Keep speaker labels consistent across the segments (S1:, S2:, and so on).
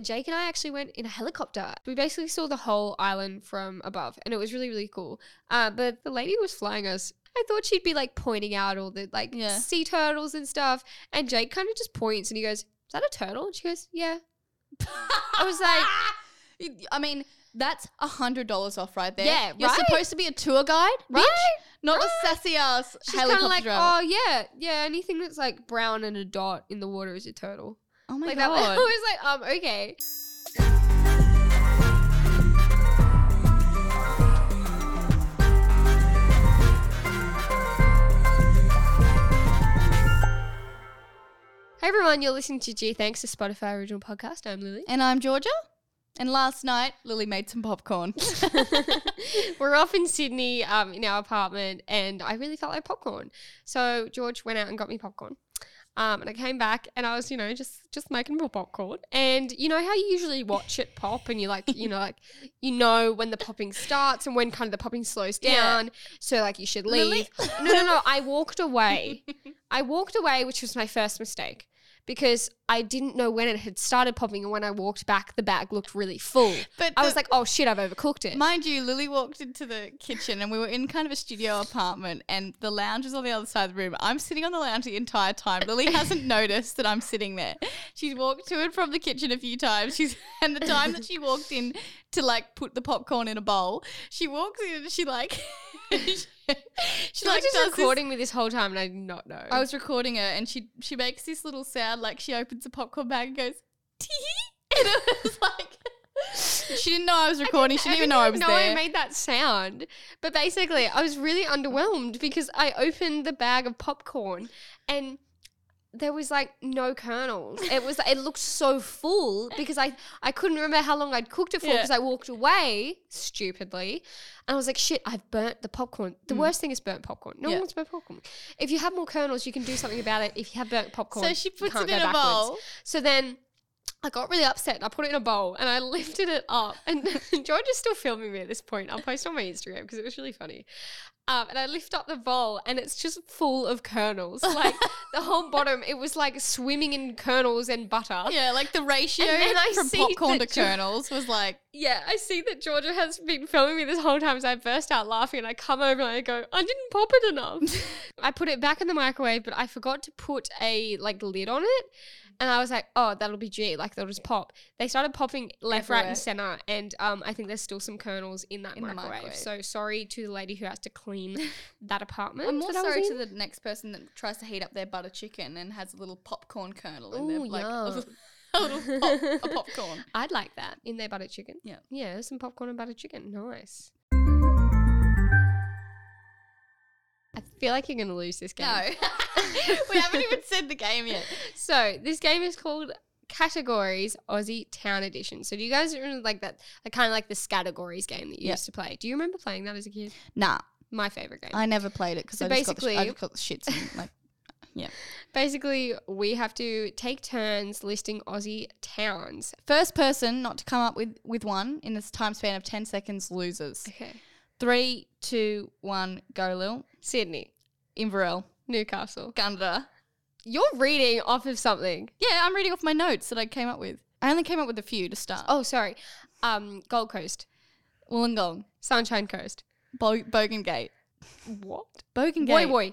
S1: Jake and I actually went in a helicopter. We basically saw the whole island from above, and it was really, really cool. Uh, but the lady who was flying us. I thought she'd be like pointing out all the like
S2: Yeah.
S1: sea turtles and stuff, and Jake kind of just points and he goes, "Is that a turtle?" And she goes, "Yeah."
S2: I
S1: was like-
S2: I mean, that's a hundred dollars off right there.
S1: Yeah,
S2: You're
S1: right?
S2: supposed to be a tour guide,
S1: Right?
S2: bitch, not
S1: Right?
S2: a sassy ass
S1: She's kind
S2: helicopter
S1: of like,
S2: driver.
S1: "Oh yeah, yeah." Anything that's like brown and a dot in the water is a turtle.
S2: Oh, my
S1: like
S2: god.
S1: that. I was like, um, okay. Hey everyone, you're listening to G Thanks, the Spotify original podcast. I'm Lily.
S2: and I'm Georgia. And last night, Lily made some popcorn.
S1: We're off in Sydney um, in our apartment, and I really felt like popcorn. So George went out and got me popcorn, um, and I came back, and I was, you know, just just making more popcorn. And you know how you usually watch it pop, and you like, you know, like you know when the popping starts and when kind of the popping slows
S2: Yeah.
S1: down. So like you should leave.
S2: Lily,
S1: No, no, no. I walked away. I walked away, which was my first mistake. Because I didn't know when it had started popping, and when I walked back, the bag looked really full.
S2: but
S1: I was
S2: the-
S1: like, "Oh shit, I've overcooked it."
S2: Mind you, Lily walked into the kitchen and we were in kind of a studio apartment and the lounge is on the other side of the room. I'm sitting on the lounge the entire time. Lily hasn't noticed that I'm sitting there. She's walked to and from the kitchen a few times. She's and the time that she walked in to like put the popcorn in a bowl, she walks in and she like she,
S1: She
S2: like
S1: was just
S2: does this-
S1: recording me this whole time, and I did not know.
S2: I was recording her and she she makes this little sound like she opens a popcorn bag and goes tee and it was like she didn't know I was recording. she didn't even know I was
S1: no,
S2: there.
S1: I made that sound, but basically, I was really underwhelmed because I opened the bag of popcorn, and there was like no kernels. It was it looked so full because I I couldn't remember how long I'd cooked it for
S2: Yeah.
S1: because I walked away stupidly, and I was like, shit, I've burnt the popcorn. The worst thing is burnt popcorn. No
S2: Mm. Yeah.
S1: one wants burnt popcorn. If you have more kernels, you can do something about it. If you have burnt popcorn,
S2: So she
S1: you
S2: puts
S1: can't
S2: it
S1: go
S2: in a
S1: backwards.
S2: bowl.
S1: So then I got really upset and I put it in a bowl and I lifted it up. And George is still filming me at this point. I'll post on my Instagram because it was really funny. Um, and I lift up the bowl and it's just full of kernels. Like the whole bottom, it was like swimming in kernels and butter.
S2: Yeah, like the ratio
S1: And then I
S2: from
S1: see
S2: popcorn to
S1: that George-
S2: kernels was like,
S1: Yeah, I see that Georgia has been filming me this whole time, so I burst out laughing and I come over and I go, I didn't pop it enough. I put it back in the microwave, but I forgot to put a like lid on it. And I was like, oh, that'll be G, like they'll just pop. They started popping left, right,
S2: Everywhere.
S1: and center. And um, I think there's still some kernels in that
S2: In the
S1: microwave.
S2: microwave.
S1: So sorry to the lady who has to clean that apartment.
S2: I'm more
S1: that I was
S2: sorry to
S1: in.
S2: the next person that tries to heat up their butter chicken and has a little popcorn kernel in there,
S1: Ooh,
S2: like a
S1: yum.
S2: little, a little pop, a popcorn.
S1: I'd like that in their butter chicken.
S2: Yeah.
S1: Yeah, some popcorn and butter chicken. Nice. I feel like you're going to lose this game.
S2: No, we haven't even said the game yet.
S1: So this game is called Categories Aussie Town Edition. So do you guys remember like that, like, kind of like the Scategories game that you
S2: Yeah.
S1: used to play? Do you remember playing that as a kid?
S2: Nah,
S1: My favorite game.
S2: I never played it because
S1: So
S2: I, just got the sh- I
S1: basically-
S2: just got the shits. and, Like,
S1: Basically, we have to take turns listing Aussie towns.
S2: first person not to come up with with one in this time span of ten seconds loses.
S1: Okay.
S2: Three, two, one, go, Lil.
S1: Sydney,
S2: Inverell,
S1: Newcastle.
S2: Gunnedah.
S1: You're reading off of something.
S2: Yeah, I'm reading off my notes that I came up with. I only came up with a few to start.
S1: Oh, sorry. Um, Gold Coast,
S2: Wollongong,
S1: Sunshine Coast.
S2: Bo- Bogangate,
S1: What? Woi
S2: Bogangate,
S1: Woi,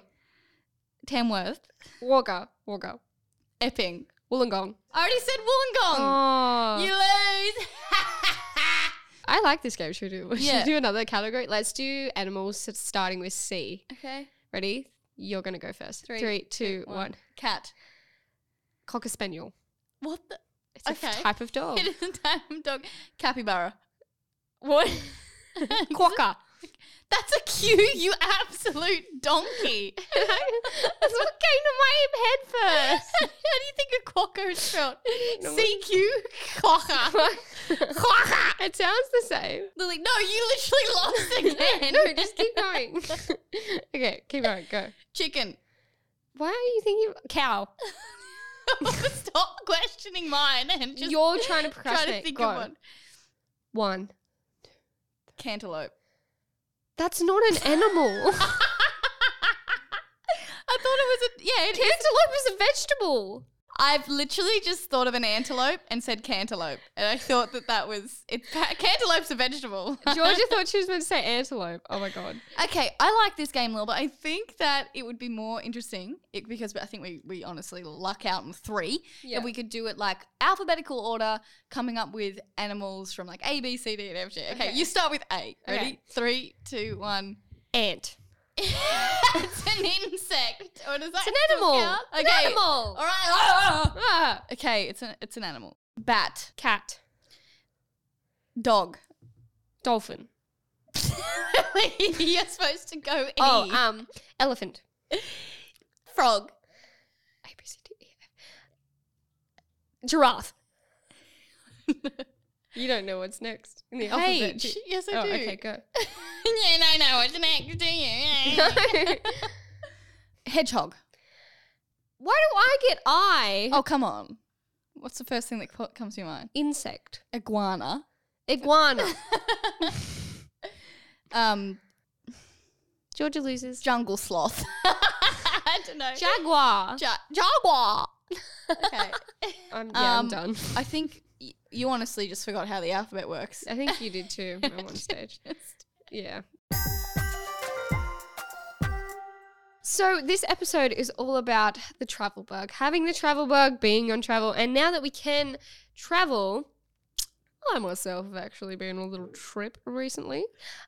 S2: Tamworth,
S1: Wagga, Wagga,
S2: Epping.
S1: Wollongong.
S2: I already said Wollongong.
S1: Oh,
S2: You lose.
S1: I like this game. Should we do? Should
S2: Yeah.
S1: we do another category? Let's do animals s- starting with C.
S2: okay.
S1: Ready? You're gonna go first.
S2: Three,
S1: Three, two, one.
S2: two, one. Cat.
S1: Cocker spaniel.
S2: What the?
S1: It's a
S2: Okay.
S1: f- type of dog.
S2: It is a damn dog. Capybara.
S1: what? Quokka.
S2: That's a cue, you absolute donkey.
S1: That's what came to my head
S2: How do you think a quokka is spelled?
S1: No.
S2: CQ quokka.
S1: first.
S2: Quokka.
S1: it sounds the same.
S2: Lily, no, you literally lost again.
S1: no, just keep going. okay, keep going. Go.
S2: Chicken.
S1: Why are you thinking cow?
S2: Stop questioning mine and just
S1: You're trying to
S2: try to
S1: procrastinate.
S2: think
S1: go.
S2: of one.
S1: One.
S2: Cantaloupe.
S1: That's not an animal.
S2: I thought it was a yeah. It is.
S1: Cantaloupe is a vegetable.
S2: I've literally just thought of an antelope and said cantaloupe, and I thought that that was it. Cantaloupe's a vegetable.
S1: Georgia thought she was meant to say antelope. Oh my god.
S2: Okay, I like this game, Lil, but I think that it would be more interesting it, because I think we, we honestly luck out in three.
S1: Yeah.
S2: If we could do it like alphabetical order, coming up with animals from like A, B, C, D, and F, G. Okay,
S1: Okay.
S2: you start with A. Ready?
S1: Okay.
S2: Three, two, one.
S1: Ant.
S2: it's an insect. Or does that
S1: It's an
S2: still
S1: animal.
S2: count?
S1: An
S2: Okay.
S1: animal.
S2: All right.
S1: Ah,
S2: Okay, it's an it's an animal. Bat.
S1: cat.
S2: Dog.
S1: Dolphin.
S2: You're supposed to go E.
S1: Oh, um, elephant.
S2: frog.
S1: A B C D E F. Giraffe. you don't know what's next in the alphabet. do
S2: H.
S1: you?
S2: Yes, I
S1: Oh,
S2: do.
S1: okay, go.
S2: you don't know what's next, do you? Hedgehog.
S1: Why do I get I?
S2: Oh, come on. What's the first thing that co- comes to your mind?
S1: Insect.
S2: Iguana.
S1: Iguana.
S2: um,
S1: Georgia loses.
S2: jungle sloth. I don't know.
S1: Jaguar.
S2: Ja- jaguar. okay.
S1: I'm, yeah,
S2: Um,
S1: I'm done.
S2: I think y- you honestly just forgot how the alphabet works.
S1: I think you did too at one stage. Yeah. So this episode is all about the travel bug, having the travel bug, being on travel, and now that we can travel, I myself have actually been on a little trip recently.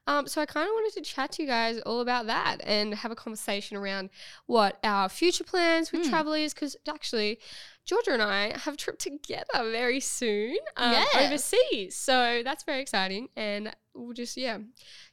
S1: Um, so I kind of wanted to chat to you guys all about that and have a conversation around what our future plans with
S2: Hmm.
S1: travel is, because actually, Georgia and I have a trip together very soon um,
S2: Yes.
S1: overseas. So that's very exciting, and we'll just yeah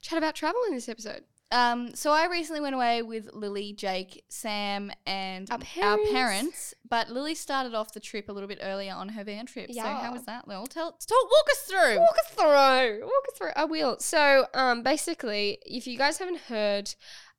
S1: chat about travel in this episode.
S2: Um, so I recently went away with Lily, Jake, Sam, and
S1: Our
S2: our
S1: parents.
S2: parents. But Lily started off the trip a little bit earlier on her van trip. So
S1: Yeah.
S2: how was that, Lil? Tell, tell walk us through.
S1: Walk us through. Walk us through. I will. So, um, basically, if you guys haven't heard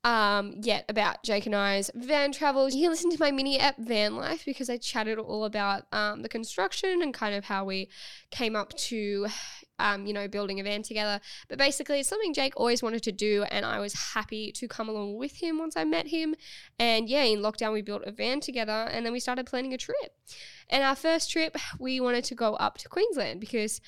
S1: um, yet about Jake and I's van travels, you can listen to my mini app Van Life because I chatted all about um, the construction and kind of how we came up to. Um, you know, building a van together. But basically, it's something Jake always wanted to do, and I was happy to come along with him once I met him. And yeah, in lockdown, we built a van together, and then we started planning a trip. And our first trip, we wanted to go up to Queensland because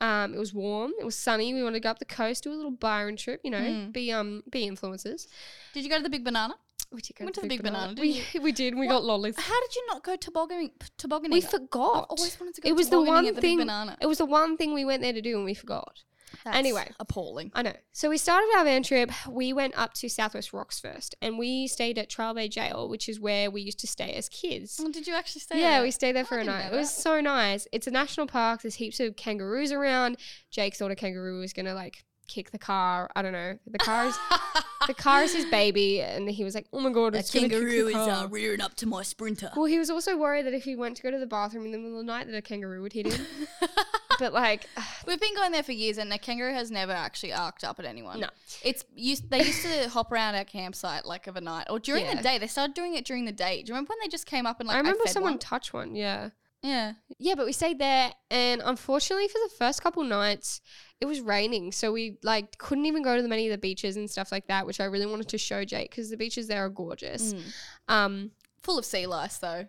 S1: um, it was warm, it was sunny. We wanted to go up the coast, do a little Byron trip, you know,
S2: Mm.
S1: be um be influencers.
S2: Did you go to the Big Banana?
S1: We did
S2: You went to the Big Banana,
S1: we, we did. We got lollies.
S2: How did you not go tobogganing? p- tobogganing?
S1: We
S2: Oh I've
S1: forgot.
S2: always wanted to go.
S1: It was the
S2: tobogganing one at the
S1: thing-
S2: Big banana.
S1: It was the one thing we went there to do, and we forgot.
S2: That's
S1: anyway.
S2: appalling.
S1: I know. So we started our van trip. We went up to Southwest Rocks first, and we stayed at Trial Bay Jail, which is where we used to stay as kids.
S2: Well, did you actually stay?
S1: yeah,
S2: there?
S1: we stayed there for
S2: Oh, I
S1: a
S2: didn't
S1: night. It
S2: know
S1: was
S2: that.
S1: so nice. It's a national park. There's heaps of kangaroos around. Jake thought a kangaroo was gonna like kick the car. I don't know. The car is the car is his baby, and he was like, "Oh my god,
S3: A
S1: it's gonna kick the
S3: kangaroo is
S1: car."
S3: uh, rearing up to my sprinter.
S1: Well, he was also worried that if he went to go to the bathroom in the middle of the night, that a kangaroo would hit him. but like,
S2: We've been going there for years, and a kangaroo has never actually arced up at anyone.
S1: No.
S2: it's used, they used to hop around our campsite like of a night or during
S1: Yeah.
S2: the day. They started doing it during the day. Do you remember when they just came up and like
S1: I remember
S2: fed
S1: someone
S2: one?
S1: touched one. Yeah,
S2: yeah,
S1: yeah. But we stayed there, and unfortunately, for the first couple nights, it was raining, so we like couldn't even go to the many of the beaches and stuff like that, which I really wanted to show Jake because the beaches there are gorgeous.
S2: Mm.
S1: Um,
S2: full of sea lice though.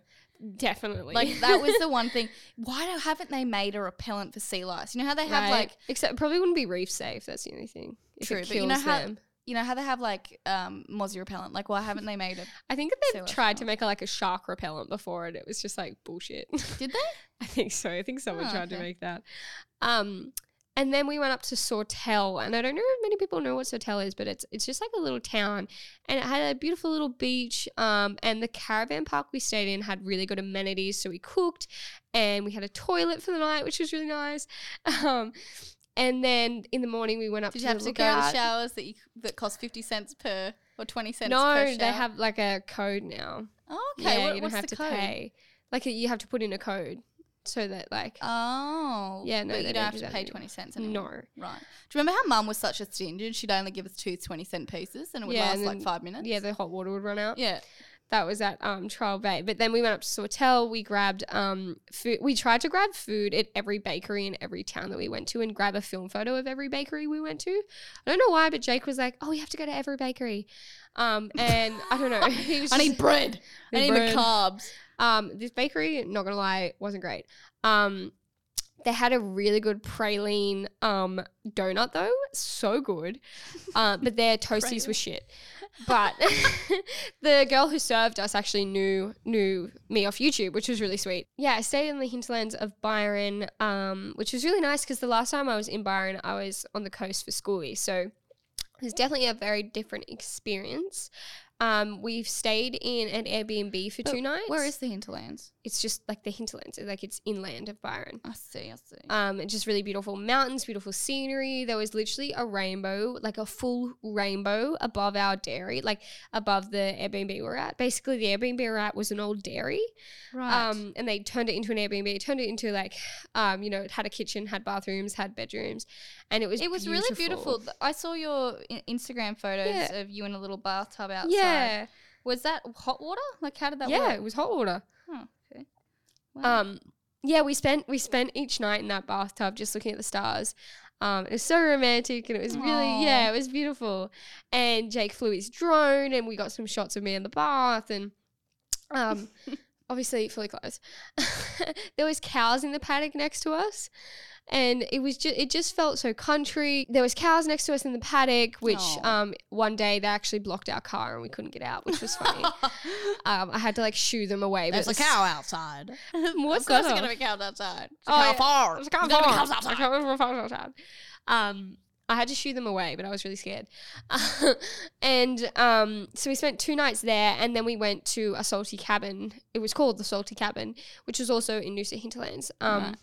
S1: definitely.
S2: Like that was the one thing. Why don't, haven't they made a repellent for sea lice? You know how they have
S1: Right.
S2: like
S1: except it probably wouldn't be reef safe. That's the only thing. If
S2: True,
S1: it
S2: but you
S1: kills
S2: know how-
S1: them.
S2: you know how they have like um mozzie repellent. Like why haven't they made it?
S1: I think that
S2: Say
S1: they've
S2: less
S1: tried to
S2: about
S1: make a, like a shark repellent before, and it was just like bullshit.
S2: Did they?
S1: I think so. I think someone
S2: Oh,
S1: tried to
S2: okay.
S1: make that. Um, and then we went up to Sortel, and I don't know if many people know what Sortel is, but it's it's just like a little town, and it had a beautiful little beach. Um, and the caravan park we stayed in had really good amenities, so we cooked, and we had a toilet for the night, which was really nice. Um, and then in the morning we went up
S2: Did
S1: to
S2: you have
S1: the
S2: to go to the
S1: lookout.
S2: showers that you that cost fifty cents per or twenty cents? per
S1: No, they
S2: shower?
S1: have like a code now.
S2: Oh, okay,
S1: yeah,
S2: what-
S1: you don't
S2: what's
S1: have to
S2: the code?
S1: pay. Like uh, you have to put in a code so that like
S2: Oh,
S1: Yeah, no,
S2: but
S1: they don't
S2: you don't have
S1: do
S2: to
S1: that
S2: pay
S1: anymore.
S2: twenty cents anymore.
S1: no.
S2: Right. Do you remember how mum was such a stingy? She'd only give us two 20 cent pieces and it would
S1: Yeah,
S2: last
S1: and
S2: like
S1: then-
S2: five minutes.
S1: Yeah, the hot water would run out.
S2: Yeah.
S1: That was at um, Trial Bay. But then we went up to Sortel. We grabbed um, food. We tried to grab food at every bakery in every town that we went to and grab a film photo of every bakery we went to. I don't know why, but Jake was like, oh, we have to go to every bakery. Um, and I don't know. He was
S2: I
S1: just-
S2: need bread. I
S1: Need
S2: need
S1: bread.
S2: the carbs.
S1: Um, this bakery, not gonna lie, wasn't great. Um, they had a really good praline um donut though, so good. Uh, but their toasties were
S2: Praline.
S1: shit. But the girl who served us actually knew knew me off YouTube, which was really sweet. Yeah, I stayed in the hinterlands of Byron, um, which was really nice because the last time I was in Byron, I was on the coast for schoolie, so it was definitely a very different experience. Um, we've stayed in an Airbnb for
S2: But
S1: two nights.
S2: Oh, Where is the hinterlands?
S1: it's just like the hinterlands, like it's inland of Byron.
S2: I see, I see.
S1: Um, and just really beautiful mountains, beautiful scenery. There was literally a rainbow, like a full rainbow above our dairy, like above the Airbnb we were at. Basically, the Airbnb we were at was an old dairy,
S2: right.
S1: um, and they turned it into an Airbnb. Turned it into like, um, you know, it had a kitchen, had bathrooms, had bedrooms, and it was
S2: it was really beautiful. Th- I saw your I- Instagram photos
S1: Yeah.
S2: of you in a little bathtub outside.
S1: Yeah,
S2: Was that hot water? Like, how did that
S1: yeah,
S2: work?
S1: it was hot water.
S2: Wow.
S1: Um, yeah, we spent we spent each night in that bathtub just looking at the stars. Um, it was so romantic and it was really yeah, it was beautiful. And Jake flew his drone and we got some shots of me in the bath and um, obviously fully clothed. there was cows in the paddock next to us. And it was just it just felt so country. There was cows next to us in the paddock, which
S2: Aw.
S1: um, one day they actually blocked our car and we couldn't get out, which was funny. um, I had to like shoo them away. but
S2: There's a
S1: it was-
S2: cow outside.
S1: What's
S2: of course
S1: that
S2: there's gonna
S1: of?
S2: be cows outside. It's a
S1: Oh,
S2: cow
S1: yeah.
S2: farm.
S1: There's
S2: There's
S1: a car
S2: gonna be
S1: farm.
S2: cows outside.
S1: There's a car farm outside. Um, I had to shoo them away, but I was really scared. and um, so we spent two nights there, and then we went to a salty cabin. It was called the Salty Cabin, which was also in Noosa Hinterlands. Um,
S2: Right.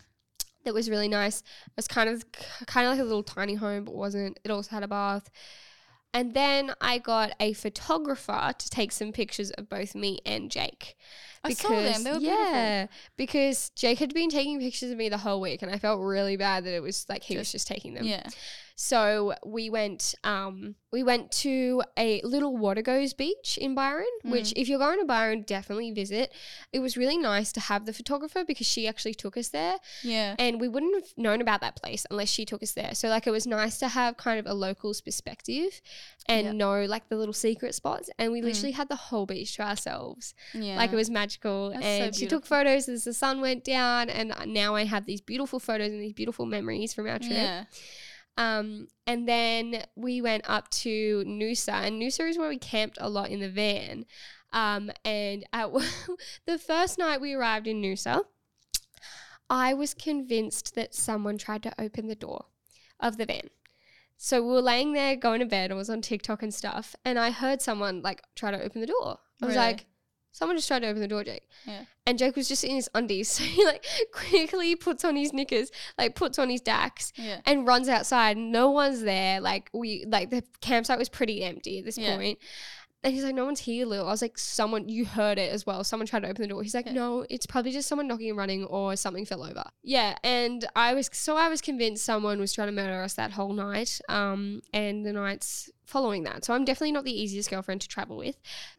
S1: That was really nice. It was kind of kind of like a little tiny home, but wasn't. It also had a bath. And then I got a photographer to take some pictures of both me and Jake
S2: I saw them. They were beautiful.
S1: yeah, because Jake had been taking pictures of me the whole week, and I felt really bad that it was like he was just taking them.
S2: Yeah.
S1: So we went, um, we went to a little water goes beach in Byron,
S2: Mm.
S1: which if you're going to Byron, definitely visit. It was really nice to have the photographer because she actually took us there,
S2: Yeah.
S1: and we wouldn't have known about that place unless she took us there. So like it was nice to have kind of a local's perspective and
S2: Yeah. Mm.
S1: know like the little secret spots. And we literally had the whole beach to ourselves.
S2: Yeah.
S1: Like it was magical.
S2: That's so
S1: and she took
S2: beautiful.
S1: photos as the sun went down. And now I have these beautiful photos and these beautiful memories from our trip.
S2: Yeah.
S1: Um, and then we went up to Noosa. And Noosa is where we camped a lot in the van. Um, and at, the first night we arrived in Noosa, I was convinced that someone tried to open the door of the van. So we were laying there going to bed. I was on TikTok and stuff. And I heard someone like try to open the door. I was
S2: Really?
S1: like, someone just tried to open the door, Jake.
S2: Yeah.
S1: And Jake was just in his undies. So he like quickly puts on his knickers, like puts on his dacks
S2: Yeah.
S1: and runs outside. No one's there. Like we like the campsite was pretty empty at this
S2: Yeah.
S1: point. And he's like, no one's here, Lil. I was like, someone, you heard it as well. Someone tried to open the door. He's like,
S2: Yeah.
S1: no, it's probably just someone knocking and running or something fell over. Yeah. And I was, so I was convinced someone was trying to murder us that whole night um, and the nights following that. So I'm definitely not the easiest girlfriend to travel with.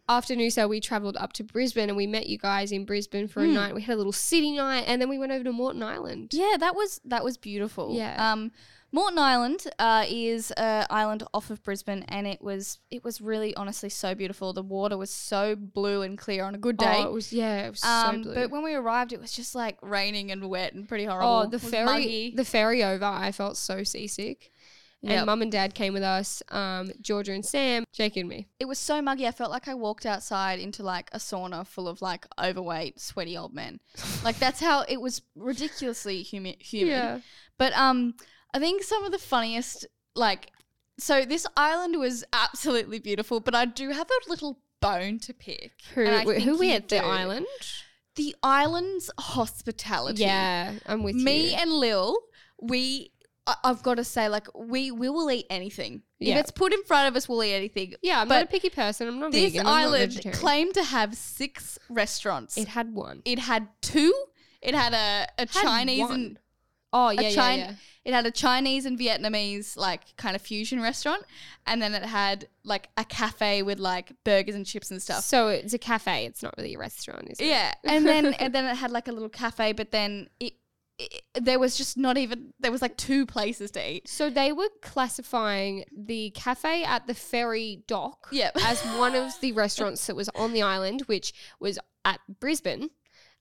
S1: After Noosa, we traveled up to Brisbane and we met you guys in Brisbane for a
S2: Mm.
S1: night. We had a little city night and then we went over to Morton Island.
S2: Yeah, that was that was beautiful.
S1: Yeah.
S2: Um, Morton Island uh, is a island off of Brisbane, and it was it was really honestly so beautiful. The water was so blue and clear on a good day.
S1: Oh, it was, yeah, it was
S2: um,
S1: so blue.
S2: but when we arrived, it was just like raining and wet and pretty horrible.
S1: Oh, the
S2: It was
S1: ferry,
S2: muggy.
S1: the ferry over. I felt so seasick.
S2: Yep.
S1: And mum and dad came with us, um, Georgia and Sam, Jake and me.
S2: it was so muggy. I felt like I walked outside into like a sauna full of like overweight, sweaty old men. like that's how it was ridiculously humi- humid. But um, I think some of the funniest, like, so this island was absolutely beautiful, but I do have a little bone to pick.
S1: Who,
S2: And I
S1: who,
S2: think
S1: we
S2: you
S1: at the
S2: do.
S1: island?
S2: The island's hospitality.
S1: Yeah, I'm with
S2: Me
S1: you.
S2: and Lil, we. I- I've got to say, like, we, we will eat anything.
S1: Yeah.
S2: If it's put in front of us, we'll eat anything.
S1: Yeah, I'm not a
S2: but
S1: picky person. I'm not
S2: This
S1: vegan. I'm not
S2: island
S1: vegetarian.
S2: claimed to have six restaurants.
S1: it
S2: It,
S1: had one.
S2: had two. It had a, a
S1: Had
S2: Chinese and
S1: one. Oh yeah,
S2: a
S1: yeah,
S2: Chin-
S1: yeah.
S2: It had a Chinese and Vietnamese like kind of fusion restaurant, and then it had like a cafe with like burgers and chips and stuff.
S1: So it's a cafe. It's not really a restaurant, is it?
S2: yeah, and then and then it had like a little cafe, but then it, it there was just not even there was like two places to eat.
S1: So they were classifying the cafe at the ferry dock
S2: Yep.
S1: as one of the restaurants that was on the island, which was at Brisbane.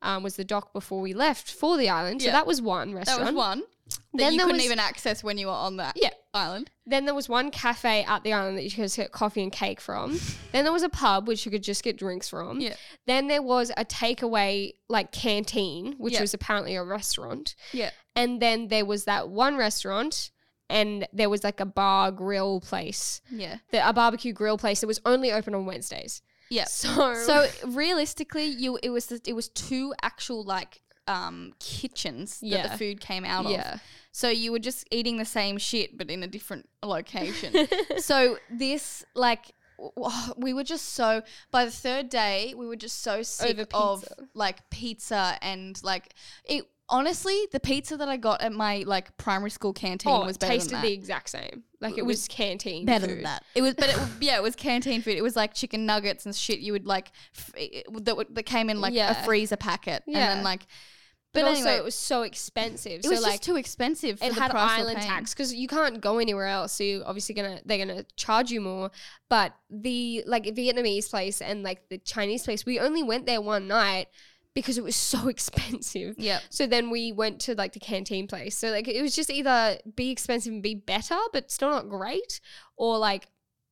S1: um, was the dock before we left for the island. So
S2: Yeah.
S1: that was one
S2: That
S1: restaurant.
S2: was one that
S1: Then
S2: you
S1: there
S2: couldn't
S1: was-
S2: even access when you were on that
S1: Yeah.
S2: island.
S1: Then there was one cafe at the island that you could just get coffee and cake from. then there was a pub which you could just get drinks from.
S2: Yeah.
S1: Then there was a takeaway like canteen, which
S2: Yeah.
S1: was apparently a restaurant.
S2: Yeah.
S1: And then there was that one restaurant and there was like a bar grill place.
S2: Yeah.
S1: The, a barbecue grill place that was only open on Wednesdays.
S2: Yeah.
S1: So,
S2: So realistically, you it was it was two actual like um kitchens that
S1: Yeah.
S2: the food came out of.
S1: yeah.
S2: So you were just eating the same shit but in a different location. so this like w- w- we were just so by the third day we were just so sick
S1: Over
S2: of
S1: pizza.
S2: like pizza and like it honestly the pizza that I got at my like primary school canteen
S1: Oh,
S2: was
S1: it
S2: better
S1: tasted
S2: than that.
S1: the exact same. Like it
S2: It
S1: was,
S2: was
S1: canteen. food.
S2: It was, but it, yeah, it was canteen food. It was like chicken nuggets and shit. You would like f- it- that, would- that came in like
S1: Yeah.
S2: a freezer packet, and
S1: Yeah.
S2: then like.
S1: But,
S2: But,
S1: also,
S2: anyway,
S1: it was so expensive.
S2: it was
S1: so
S2: just
S1: like,
S2: too expensive. For
S1: it
S2: the
S1: had
S2: price we were
S1: island
S2: paying.
S1: tax because you can't go anywhere else. So you're obviously gonna they're gonna charge you more. But the like Vietnamese place and like the Chinese place, we only went there one night because it was so expensive.
S2: Yep.
S1: So then we went to like the canteen place. So like it was just either be expensive and be better, but still not great, or like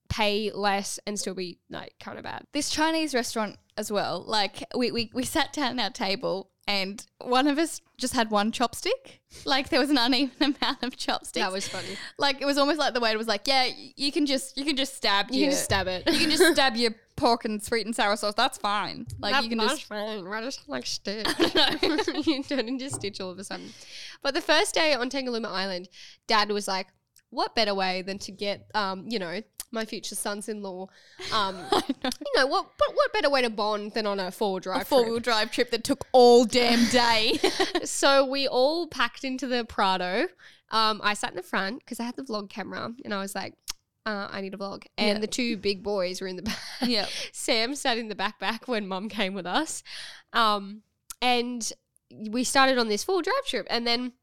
S1: pay less and still be like kind of bad.
S2: this Chinese restaurant as well. Like we, we we sat down at our table and one of us just had one chopstick. Like there was an uneven amount of chopsticks.
S1: funny.
S2: like it was almost like the waiter was like, "Yeah, y- you can just you can just stab
S1: You
S2: your-
S1: can just stab it.
S2: you can just stab your pork and sweet and sour sauce. That's fine. Like you can just
S1: fine. Why does it like Stitch?
S2: don't
S1: you turn into Stitch all of a sudden. But the first day on Tangalooma Island, Dad was like, "What better way than to get, um, you know, my future sons-in-law, um, you know, what, but what better way to bond than on a four-wheel drive
S2: four
S1: trip?"
S2: wheel drive trip that took all damn day.
S1: so we all packed into the Prado. Um, I sat in the front because I had the vlog camera, and I was like, uh, "I need a vlog." And
S2: Yeah.
S1: the two big boys were in the back.
S2: yeah.
S1: Sam sat in the back back when mum came with us. Um, and we started on this full drive trip and then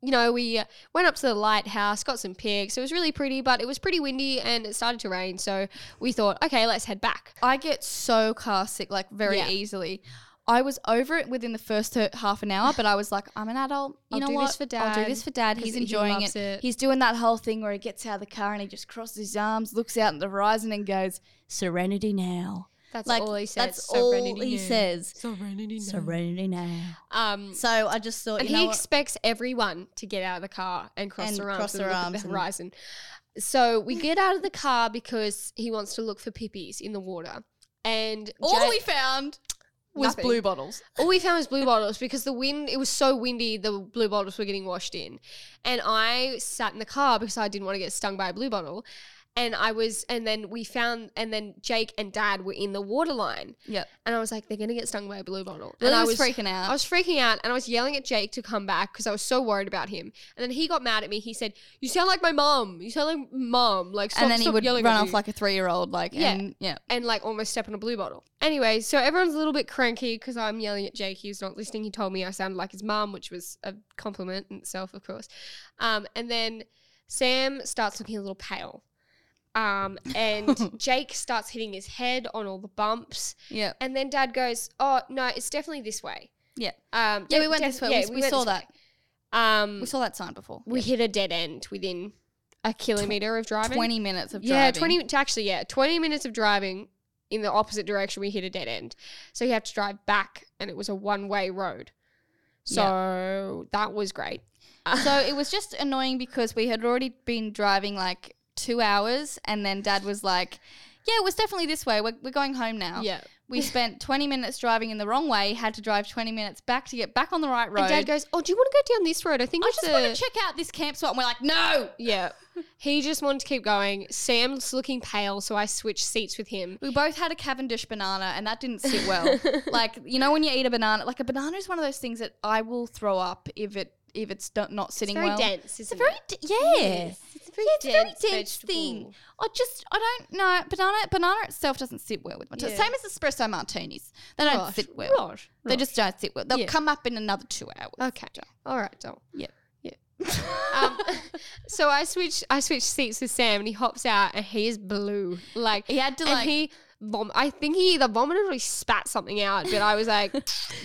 S1: you know, we went up to the lighthouse, got some pigs. It was really pretty, but it was pretty windy and it started to rain. So we thought, okay, let's head back.
S2: I get so car sick like very
S1: Yeah.
S2: easily. I was over it within the first thir- half an hour, but I was like, I'm an adult. You
S1: I'll
S2: know
S1: do
S2: what?
S1: this for Dad,
S2: I'll do this for dad.
S1: 'cause
S2: He's
S1: he
S2: enjoying
S1: loves
S2: it.
S1: it.
S2: He's doing that whole thing where he gets out of the car and he just crosses his arms, looks out at the horizon, and goes, "Serenity now."
S1: That's
S2: like
S1: all he says.
S2: that's all
S1: Serenity
S2: he
S1: now.
S2: says.
S1: Serenity.
S2: Serenity now.
S1: Um,
S2: So I just thought,
S1: and
S2: you know
S1: he
S2: what?
S1: expects everyone to get out of the car and cross
S2: And
S1: their arms
S2: cross
S1: and
S2: their
S1: look at
S2: arms
S1: the
S2: and-
S1: horizon. So we get out of the car because he wants to look for pippies in the water. And
S2: all
S1: Jay-
S2: we found was
S1: Nothing.
S2: blue bottles.
S1: all we found was blue bottles because the wind it was so windy the blue bottles were getting washed in and i sat in the car because i didn't want to get stung by a blue bottle and i was and then we found and then jake and dad were in the water line
S2: Yeah,
S1: and i was like they're gonna get stung by a blue bottle
S2: and
S1: and i
S2: was freaking out.
S1: I was freaking out and I was yelling at Jake to come back because I was so worried about him. And then he got mad at me. He said, "You sound like my mom. You sound like mom. Like stop,
S2: and then he
S1: stop
S2: would
S1: yelling
S2: run
S1: at
S2: off
S1: me."
S2: like a three-year-old. Like,
S1: Yeah.
S2: and yeah.
S1: and like almost step on a blue bottle. Anyway, so everyone's a little bit cranky because I'm yelling at Jake. He's not listening. He told me I sounded like his mum, which was a compliment in itself, of course. Um, and then Sam starts looking a little pale. Um, and Jake starts hitting his head on all the bumps.
S2: Yeah.
S1: And then dad goes, Oh, no, it's definitely this way.
S2: Yeah.
S1: Um,
S2: Yeah,
S1: de-
S2: we went
S1: def-
S2: this way.
S1: yeah,
S2: we,
S1: we
S2: we
S1: went
S2: saw
S1: this way.
S2: that.
S1: Um,
S2: We saw that sign before.
S1: we hit a dead end within a kilometer of driving.
S2: 20 minutes of driving.
S1: Yeah, 20 to actually, yeah, 20 minutes of driving in the opposite direction, we hit a dead end. So you have to drive back, and it was a one way road. So that was great.
S2: So it was just annoying because we had already been driving like two hours, and then dad was like, Yeah, it was definitely this way. We're, we're going home now.
S1: Yeah.
S2: We spent 20 minutes driving in the wrong way, had to drive 20 minutes back to get back on the right road.
S1: And dad goes, Oh, do you want to go down this road? I think
S2: I
S1: it's
S2: just
S1: the.
S2: want to check out this camp spot. And we're like, No.
S1: yeah. He just wanted to keep going. Sam's looking pale, so I switched seats with him.
S2: We both had a Cavendish banana, and that didn't sit well. like, you know, when you eat a banana, like a banana is one of those things that I will throw up if it if it's do- not sitting
S1: It's very
S2: well.
S1: dense.
S2: It's a
S1: isn't
S2: very
S1: it?
S2: d- yeah.
S1: Yes, It's a very
S2: Yeah,
S1: dense,
S2: it's a very dense
S1: vegetable.
S2: thing. I just I don't know banana banana itself doesn't sit well with my
S1: Yeah.
S2: tongue. Same as espresso martinis, they don't
S1: Right,
S2: sit well.
S1: right,
S2: They
S1: right.
S2: just don't sit well. They'll
S1: Yeah.
S2: come up in another two hours.
S1: Okay. All right, doll.
S2: Yep.
S1: Yeah. um, so I switch I switch seats with Sam and he hops out and he is blue. Like
S2: He had to
S1: and
S2: like
S1: he vom- I think he either vomited or he spat something out. But I was like,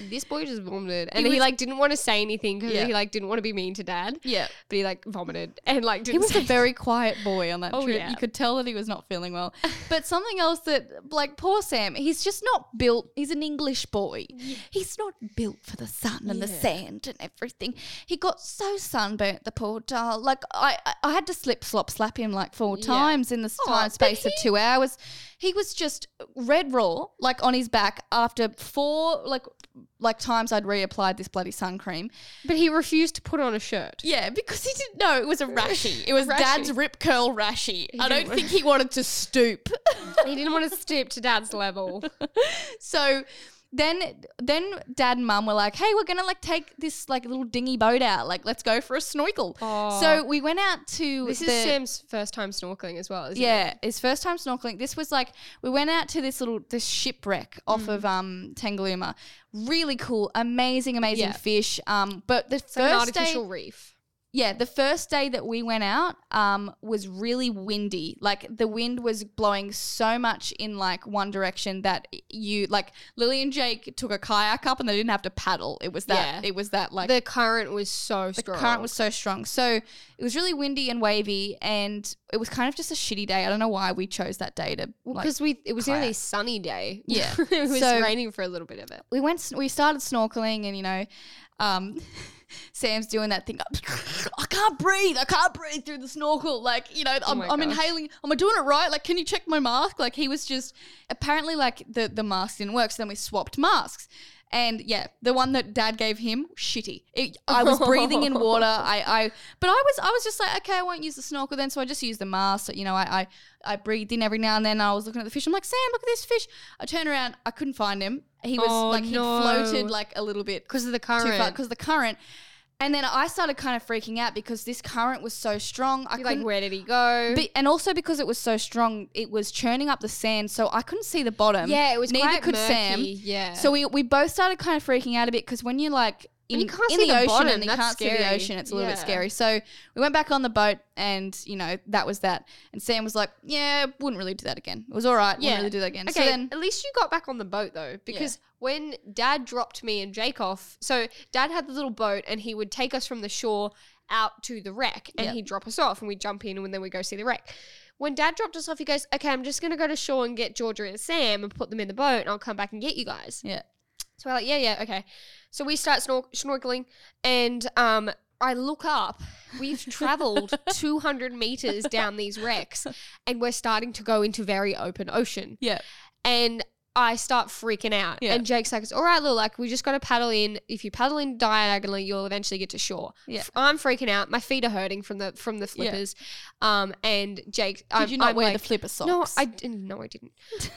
S1: this boy just vomited, and
S2: He
S1: he,
S2: was-
S1: like didn't want to say anything because
S2: Yeah.
S1: he like didn't want to be mean to dad.
S2: Yeah.
S1: But he like vomited and like didn't.
S2: He was
S1: say
S2: a very quiet boy on that
S1: Oh,
S2: trip.
S1: yeah.
S2: You could tell that he was not feeling well. But something else that, like, poor Sam, he's just not built. He's an English boy. He's not built for the sun and the
S1: Yeah.
S2: sand and everything. He got so sunburnt, the poor doll. Like, I, I- I had to slip, slop, slap him like four
S1: Yeah.
S2: times in this
S1: Aw,
S2: time
S1: but
S2: space of
S1: he-
S2: two hours. He was just red raw, like on his back after four, like, like times I'd reapplied this bloody sun cream.
S1: but he refused to put on a shirt.
S2: Yeah, because he didn't know it was a rashy. It was
S1: Rashy.
S2: dad's rip curl rashy. I
S1: didn't
S2: don't
S1: wa-
S2: think he wanted to stoop.
S1: he didn't want to stoop to dad's level.
S2: so then then dad and mum were like, "Hey, we're going to like take this like little dinghy boat out. Like let's go for a snorkel."
S1: Oh.
S2: So we went out to
S1: This
S2: the,
S1: is Sam's first time snorkeling as well. Isn't it?
S2: yeah, his first time snorkeling. This was like we went out to this little this shipwreck
S1: Mm.
S2: off of um Tangalooma. Really cool, amazing, amazing
S1: Yeah.
S2: fish. Um, but the
S1: It's like an
S2: first day,
S1: artificial reef.
S2: yeah, the first day that we went out um, was really windy. Like the wind was blowing so much in like one direction that you like Lily and Jake took a kayak up and they didn't have to paddle. It was that.
S1: Yeah.
S2: It was that like
S1: the current was so
S2: the
S1: strong.
S2: current was so strong. So it was really windy and wavy, and it was kind of just a shitty day. I don't know why we chose that day to like
S1: because we it was the only
S2: kayak.
S1: sunny day.
S2: Yeah.
S1: it was
S2: So-
S1: raining for a little bit of it.
S2: we went we started snorkeling and you know um sam's doing that thing i can't breathe i can't breathe through the snorkel like you know i'm,
S1: Oh my
S2: I'm
S1: gosh.
S2: inhaling am i doing it right like can you check my mask like he was just apparently like the the mask didn't work so then we swapped masks and yeah the one that dad gave him shitty it, i was breathing in water i i but i was i was just like okay i won't use the snorkel then so i just used the mask so, you know i i i breathed in every now and then i was looking at the fish i'm like sam look at this fish i turned around i couldn't find him he was
S1: Oh,
S2: like he
S1: no.
S2: floated like a little bit
S1: Because of the
S2: too far
S1: current.
S2: because the current. And then I started kind of freaking out because this current was so strong. I
S1: You're like,
S2: couldn't.
S1: where did he go?
S2: be- and also because it was so strong, it was churning up the sand, so I couldn't see the bottom.
S1: yeah, it was
S2: neither
S1: quite
S2: could
S1: murky.
S2: Sam.
S1: Yeah.
S2: So we, we both started kind of freaking out a bit because when you're like in,
S1: And you can't
S2: in
S1: see
S2: the,
S1: the
S2: ocean
S1: bottom,
S2: and you
S1: that's
S2: can't see the
S1: scary.
S2: ocean, it's a little bit
S1: Yeah.
S2: scary. So we went back on the boat and, you know, that was that. And Sam was like, yeah, wouldn't really do that again. It was all right.
S1: Yeah.
S2: Wouldn't really do that again.
S1: Okay,
S2: So then,
S1: at least you got back on the boat though, because when Dad dropped me and Jake off, so Dad had the little boat and he would take us from the shore out to the wreck and
S2: Yep.
S1: he'd drop us off and we'd jump in and then we'd go see the wreck. When Dad dropped us off, he goes, "Okay, I'm just gonna go to shore and get Georgia and Sam and put them in the boat and I'll come back and get you guys."
S2: yeah.
S1: So we're like, yeah, yeah, okay. So we start snor- snorkeling, and um, I look up. We've traveled 200 meters down these wrecks, and we're starting to go into very open ocean.
S2: Yeah.
S1: And I start freaking out.
S2: Yeah.
S1: And Jake's like, all right, Lil, like, we just got to paddle in. If you paddle in diagonally, you'll eventually get to shore.
S2: Yeah.
S1: F- I'm freaking out. My feet are hurting from the from the
S2: Yeah.
S1: flippers. Um, and Jake,
S2: Did
S1: I'm,
S2: you not
S1: I'm
S2: wear
S1: like,
S2: the flipper socks?
S1: no, I didn't. No, I didn't.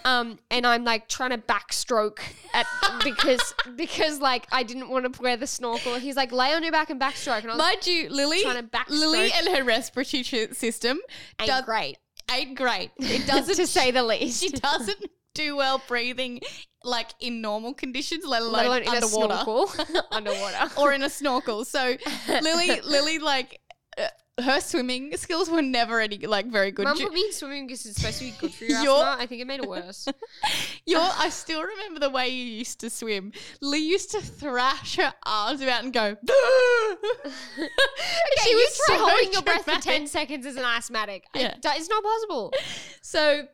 S1: Um, and I'm like trying to backstroke at because because like I didn't want to wear the snorkel. He's like lay on your back and backstroke, and I was
S2: Mind you, Lily,
S1: trying to
S2: Lily
S1: backstroke.
S2: and her respiratory ch- system
S1: ain't
S2: does,
S1: great.
S2: ain't great. It doesn't.
S1: to say the least.
S2: she doesn't do well breathing like in normal conditions, let alone,
S1: Let alone in
S2: underwater
S1: a snorkel underwater.
S2: or in a snorkel. So Lily, Lily, like uh, her swimming skills were never any like very good.
S1: Mum
S2: Ju-
S1: put me in swimming because it's supposed to be good for your
S2: Your-
S1: asthma. I think it made it worse.
S2: Your, I still remember the way you used to swim. Lee used to thrash her arms about and go. okay,
S1: she was try holding your breath for ten seconds as an asthmatic. It
S2: Yeah.
S1: do- it's not possible.
S2: So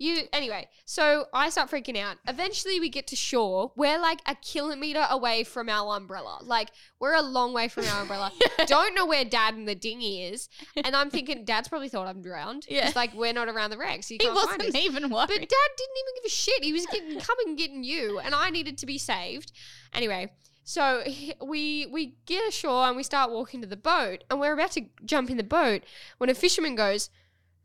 S1: You anyway, so I start freaking out. Eventually we get to shore. We're like a kilometer away from our umbrella. Like we're a long way from our umbrella. Don't know where dad and the dinghy is. And I'm thinking dad's probably thought I'm drowned.
S2: Yeah.
S1: It's like we're not around the wreck, so you
S2: he
S1: can't find us.
S2: wasn't even
S1: But dad
S2: worried.
S1: didn't even give a shit. He was getting coming getting you and I needed to be saved. Anyway, so he- we we get ashore and we start walking to the boat and we're about to jump in the boat when a fisherman goes,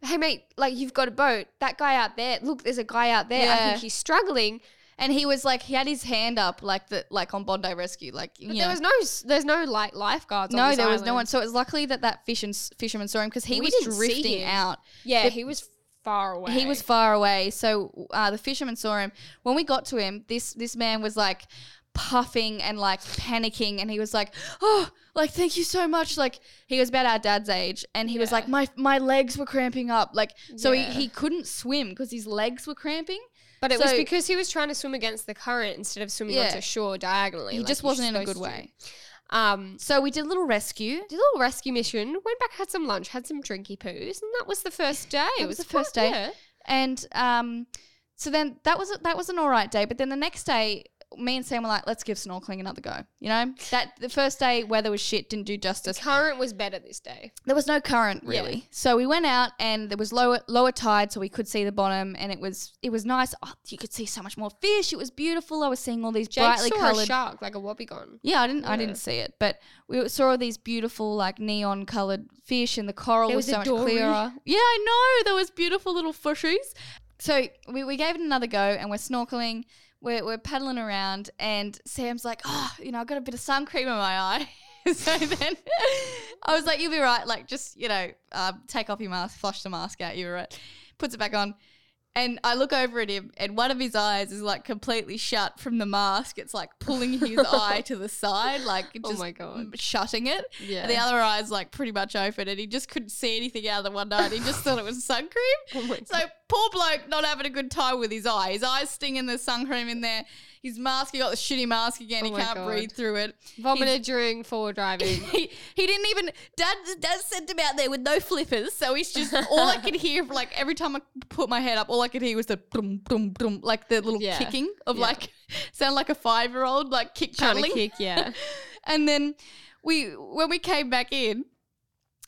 S1: "Hey mate, like you've got a boat. That guy out there, look, there's a guy out there. I
S2: Yeah.
S1: think he's struggling."
S2: And he was like, he had his hand up, like the like on Bondi Rescue, like you
S1: But
S2: know.
S1: there was no s- there's no like lifeguards. on
S2: no,
S1: this
S2: there was no
S1: island.
S2: one. So it was luckily that that fish and, fisherman saw him because he
S1: We
S2: was
S1: didn't see
S2: drifting
S1: him.
S2: out.
S1: Yeah,
S2: The-
S1: he was far away.
S2: He was far away, so uh, the fisherman saw him. When we got to him, this this man was like puffing and like panicking, and he was like, "Oh, like thank you so much." Like he was about our dad's age, and he was
S1: Yeah.
S2: like, "My my legs were cramping up," like so
S1: Yeah.
S2: he, he couldn't swim because his legs were cramping.
S1: But it was
S2: So-
S1: because he was trying to swim against the current instead of swimming
S2: Yeah.
S1: onto shore diagonally.
S2: He
S1: like
S2: just
S1: you're
S2: wasn't in a good
S1: supposed to.
S2: way.
S1: Um,
S2: So we did a little rescue.
S1: did a little rescue mission, went back, had some lunch, had some drinky poos, and that was the first day. it
S2: was
S1: was
S2: the first
S1: quite-
S2: day.
S1: yeah.
S2: And um, so then that was that was an all right day. But then the next day, me and Sam were like, let's give snorkeling another go. You know, that the first day weather was shit, didn't do
S1: The
S2: justice.
S1: current was better this day.
S2: There was no current
S1: Yeah.
S2: really, so we went out and there was lower lower tide, so we could see the bottom, and it was it was nice. Oh, you could see so much more fish. It was beautiful. I was seeing all these
S1: Jake
S2: brightly
S1: saw a
S2: coloured
S1: shark, like a wobbegon.
S2: Yeah, I didn't. I
S1: Yeah.
S2: didn't see it, but we saw all these beautiful, like neon coloured fish, and the coral
S1: There
S2: was,
S1: was
S2: so
S1: a
S2: much
S1: dory.
S2: clearer. Yeah, I know. There was beautiful little fishies. So we, we gave it another go, and we're snorkeling. We're, we're paddling around, and Sam's like, "Oh, you know, I got a bit of sun cream in my eye." so then I was like, "You'll be right. Like, just you know, uh, take off your mask, flush the mask out. You were right." Puts it back on. And I look over at him, and one of his eyes is like completely shut from the mask. It's like pulling his eye to the side, like just
S1: oh my god!
S2: shutting it.
S1: Yeah.
S2: And the other eye's like pretty much open, and he just couldn't see anything out of the one eye. and He just thought it was sun cream.
S1: oh my
S2: So poor bloke, not having a good time with his eye. His eyes stinging the sun cream in there. His mask, he got the shitty mask again.
S1: Oh
S2: he
S1: my
S2: can't
S1: God.
S2: breathe through it.
S1: Vomited during forward driving.
S2: He, he didn't even dad dad sent him out there with no flippers, so he's just all I could hear. Like every time I put my head up, all I could hear was the dum dum dum, like the little
S1: Yeah.
S2: kicking of
S1: Yeah.
S2: like sound like a five year old like kick
S1: Trying to
S2: paddling.
S1: kick, yeah.
S2: And then we when we came back in,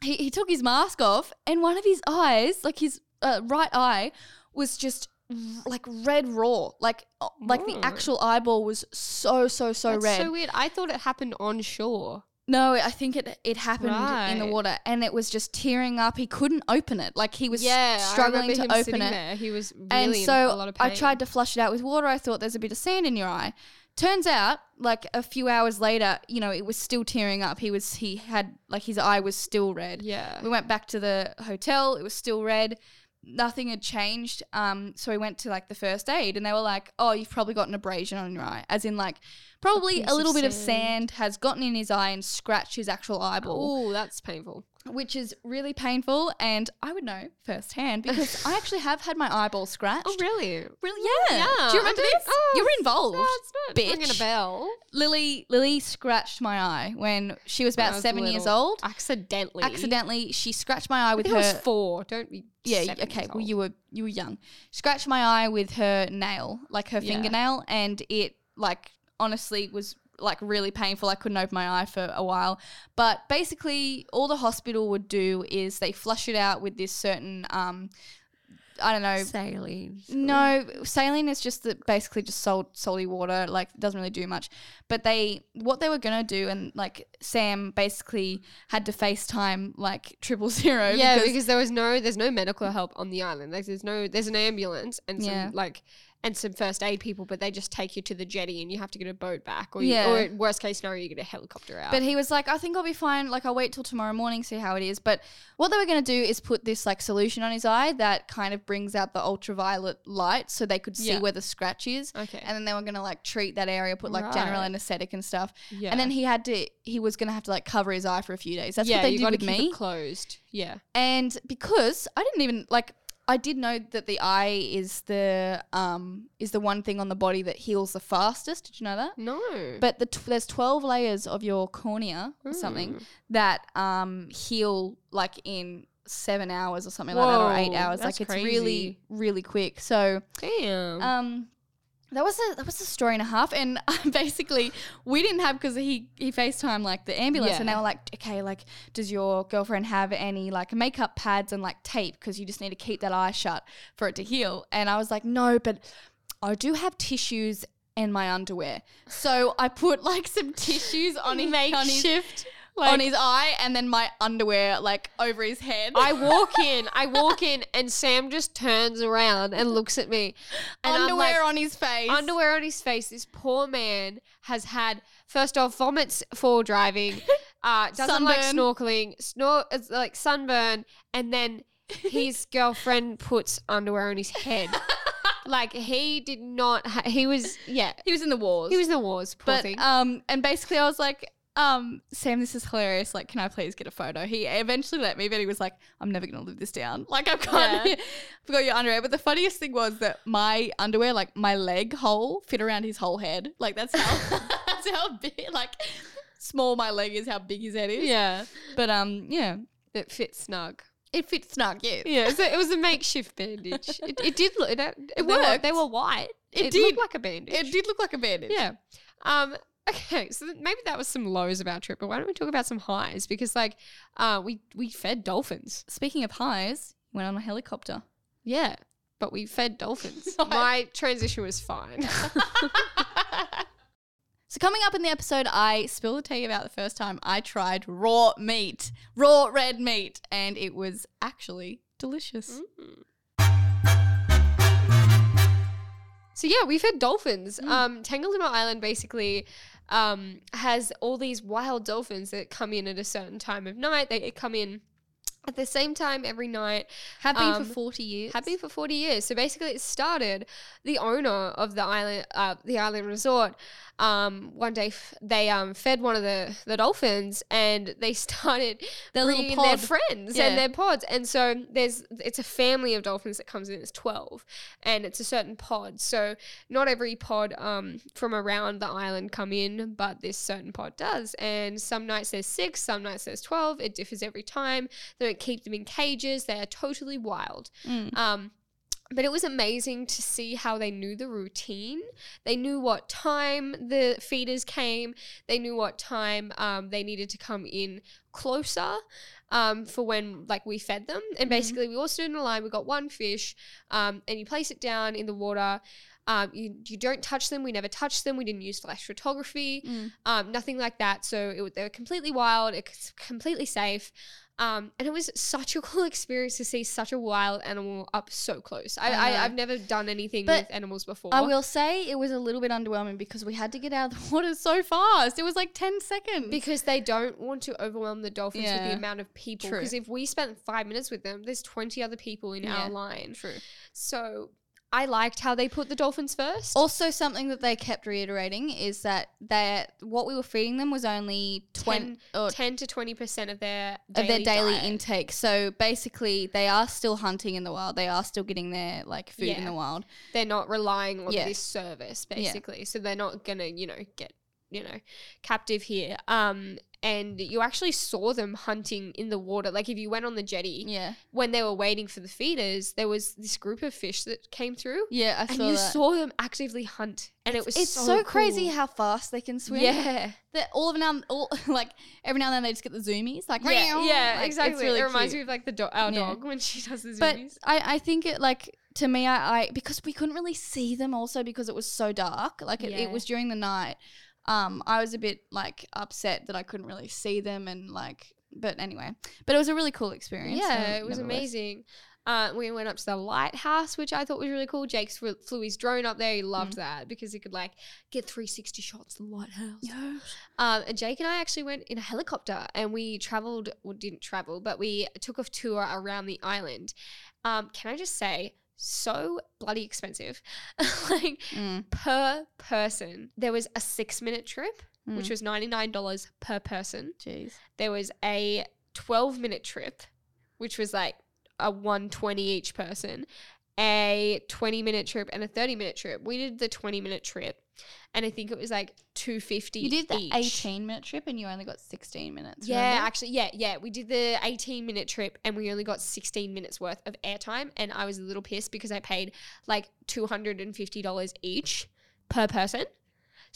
S2: he, he took his mask off, and one of his eyes, like his uh, right eye, was just r- like red raw, like uh, like the
S1: Whoa.
S2: actual eyeball was so so so
S1: That's
S2: red.
S1: so weird. I thought it happened on shore.
S2: No, I think it it happened in the
S1: Right.
S2: water, and it was just tearing up. He couldn't open it; like he was
S1: yeah,
S2: struggling to open it.
S1: There. He was really
S2: And
S1: in a lot
S2: so
S1: of
S2: I
S1: pain.
S2: tried to flush it out with water. I thought there's a bit of sand in your eye. Turns out, like a few hours later, you know, it was still tearing up. He was he had like his eye was still red.
S1: Yeah.
S2: We went back to the hotel. It was still red. Nothing had changed. Um, so we went to like the first aid, and they were like, "Oh, you've probably got an abrasion on your eye, as in like probably
S1: piece
S2: a
S1: of
S2: little bit of
S1: sand.
S2: sand has gotten in his eye and scratched his actual eyeball,
S1: Oh, that's painful.
S2: which is really painful." And I would know firsthand because I actually have had my eyeball scratched.
S1: Oh, really?
S2: Really? Yeah.
S1: Yeah,
S2: Do you remember
S1: I did.
S2: this?
S1: Oh,
S2: you were involved.
S1: No, it's not ringing a
S2: bitch.
S1: bell.
S2: Lily Lily scratched my eye when she was
S1: When I
S2: about
S1: was
S2: seven years
S1: little.
S2: old.
S1: Accidentally.
S2: Accidentally, she scratched my eye
S1: I
S2: with
S1: think
S2: her.
S1: I was four. Don't be.
S2: yeah.
S1: seven
S2: Okay.
S1: years
S2: Well,
S1: old.
S2: you were you were young. Scratched my eye with her nail, like her
S1: Yeah.
S2: fingernail, and it like honestly was like really painful. I couldn't open my eye for a while. But basically, all the hospital would do is they flush it out with this certain um, I don't know,
S1: saline.
S2: No, saline is just the, basically just salt, salty water. Like, it doesn't really do much. But they, what they were gonna do, and like Sam basically had to FaceTime like triple zero.
S1: Yeah, because, there was no, there's no medical help on the island. Like, there's no, there's an ambulance and some
S2: Yeah.
S1: like, and some first aid people, but they just take you to the jetty and you have to get a boat back, or you,
S2: Yeah.
S1: or worst case scenario, you get a helicopter out.
S2: But he was like, I think I'll be fine. Like, I'll wait till tomorrow morning, see how it is. But what they were going to do is put this like solution on his eye that kind of brings out the ultraviolet light so they could see
S1: Yeah.
S2: where the scratch is.
S1: okay,
S2: And then they were going to like treat that area, put like general
S1: Right.
S2: anesthetic and stuff.
S1: yeah,
S2: And then he had to, he was going to have to like cover his eye for a few days. That's
S1: yeah,
S2: what they
S1: you
S2: did
S1: gotta
S2: with
S1: keep
S2: me.
S1: it closed. Yeah,
S2: and because I didn't even like I did know that the eye is the um is the one thing on the body that heals the fastest. Did you know that?
S1: no,
S2: But the t- there's 12 layers of your cornea or something
S1: Mm.
S2: that um heal like in 7 hours or something like that or 8
S1: Whoa,
S2: hours. Like
S1: that's
S2: it's really
S1: crazy.
S2: really quick. So
S1: Damn.
S2: um, that was a that was a story and a half, and basically we didn't have because he he Facetime like the ambulance, and they
S1: Yeah.
S2: were like, okay, like does your girlfriend have any like makeup pads and like tape because you just need to keep that eye shut for it to heal, and I was like, no, but I do have tissues and my underwear, so I put like some tissues on his on his,
S1: makeshift.
S2: on his eye, and then my underwear like over his head.
S1: I walk in, I walk in, and Sam just turns around and looks at me. And I'm
S2: underwear
S1: like,
S2: on his face.
S1: underwear on his face. This poor man has had first off vomits for driving, uh, doesn't like
S2: Sunburn.
S1: snorkeling, snor- it's like sunburn, and then his girlfriend puts underwear on his head. like he did not. Ha- he was yeah.
S2: He was in the wars.
S1: He was in the wars. Poor
S2: But uh,
S1: thing.
S2: um, and basically I was like, um, Sam, this is hilarious. Like, can I please get a photo? He eventually let me, but he was like, I'm never going to live this down. Like, I've got,
S1: Yeah.
S2: I've got your underwear. But the funniest thing was that my underwear, like my leg hole, fit around his whole head. Like, that's how, that's how big, like, small my leg is, how big his head is.
S1: Yeah.
S2: But, um, yeah,
S1: It fits snug.
S2: it fits snug. Yeah.
S1: Yeah, so it was a makeshift bandage. It, it did look. It, it they were-
S2: worked.
S1: They were white.
S2: It
S1: looked
S2: did.
S1: like a bandage.
S2: It did look like a bandage.
S1: Yeah. Um. Okay. So th- maybe that was some lows of our trip, but why don't we talk about some highs? Because like, uh, we we fed dolphins.
S2: Speaking of highs, went on a helicopter.
S1: Yeah. But we fed dolphins.
S2: Right.
S1: My transition was fine.
S2: So coming up in the episode, I spilled the tea about the first time I tried raw meat, raw red meat, and it was actually delicious.
S1: Mm. So yeah, we've had dolphins.
S2: Mm.
S1: Um, Tangalooma Island basically um, has all these wild dolphins that come in at a certain time of night. They come in at the same time every night.
S2: Have been
S1: Um,
S2: for forty years.
S1: Have been for forty years. So basically, it started the owner of the island, uh, the island resort. Um, one day f- they um, fed one of the the dolphins, and they started
S2: their
S1: bringing
S2: little
S1: in
S2: pod.
S1: their friends
S2: Yeah.
S1: and their pods. And so there's it's a family of dolphins that comes in. It's twelve, and it's a certain pod. So not every pod um, from around the island come in, but this certain pod does. And some nights there's six, some nights there's twelve. It differs every time. They don't keep them in cages. They are totally wild.
S2: Mm.
S1: Um, but it was amazing to see how they knew the routine. They knew what time the feeders came. They knew what time um, they needed to come in closer um, for when like we fed them. And
S2: Mhm.
S1: basically, we all stood in a line. We got one fish, um, and you place it down in the water. Um, you, you don't touch them. We never touched them. We didn't use flash photography
S2: Mm.
S1: um, nothing like that. So it, wa- they were completely wild, it's completely safe. Um, and it was such a cool experience to see such a wild animal up so close. I,
S2: I
S1: I,
S2: know.
S1: I've never done anything
S2: Uh-huh. But
S1: with animals before.
S2: I will say it was a little bit underwhelming because we had to get out of the water so fast. It was like ten seconds.
S1: Because they don't want to overwhelm the dolphins with
S2: Yeah.
S1: the amount of people.
S2: True.
S1: Because if we spent five minutes with them, there's 20 other people in
S2: Yeah.
S1: our line.
S2: True.
S1: So I liked how they put the dolphins first.
S2: Also, something that they kept reiterating is that that what we were feeding them was only twenty or
S1: 10 to 20% of their
S2: of
S1: daily
S2: their daily
S1: diet.
S2: intake. So basically, they are still hunting in the wild. They are still getting their like food in
S1: Yeah.
S2: the wild.
S1: they're not relying on
S2: Yeah.
S1: this service
S2: Yeah.
S1: basically so they're not gonna you know get you know captive here um and you actually saw them hunting in the water like if you went on the jetty
S2: Yeah,
S1: when they were waiting for the feeders there was this group of fish that came through
S2: yeah. I
S1: and
S2: saw
S1: you
S2: that.
S1: saw them actively hunt and it was
S2: it's so, crazy how fast they can swim.
S1: yeah
S2: that all of now, all like every now and then they just get the zoomies. Like
S1: yeah, yeah exactly it reminds
S2: me.
S1: me of like the do- our
S2: Yeah.
S1: dog when she does the
S2: But
S1: zoomies
S2: I, I think it like to me, I, I because we couldn't really see them also because it was so dark. Like it,
S1: Yeah.
S2: it was during the night. Um, I was a bit like upset that I couldn't really see them and like. But anyway, but it was a really cool experience.
S1: Yeah,
S2: um,
S1: it was
S2: nevertheless.
S1: amazing. Uh, we went up to the lighthouse, which I thought was really cool. Jake flew, flew his drone up there.
S2: Mm-hmm.
S1: He loved that because he could like get 360 shots of the lighthouse.
S2: Yeah.
S1: Um, and Jake and I actually went in a helicopter and we traveled, well, didn't travel, but we took a tour around the island. Um, can I just say, so bloody expensive. like
S2: Mm.
S1: per person, there was a six minute trip, which
S2: Mm.
S1: was $99 per person
S2: Jeez.
S1: there was a 12 minute trip which was like a 120 each person a 20 minute trip and a 30 minute trip we did the 20 minute trip and i think it was like 250
S2: You did the
S1: each.
S2: 18 minute trip and you only got 16 minutes.
S1: yeah
S2: remember?
S1: actually yeah yeah we did the 18 minute trip and we only got 16 minutes worth of airtime and i was a little pissed because i paid like $250 each per person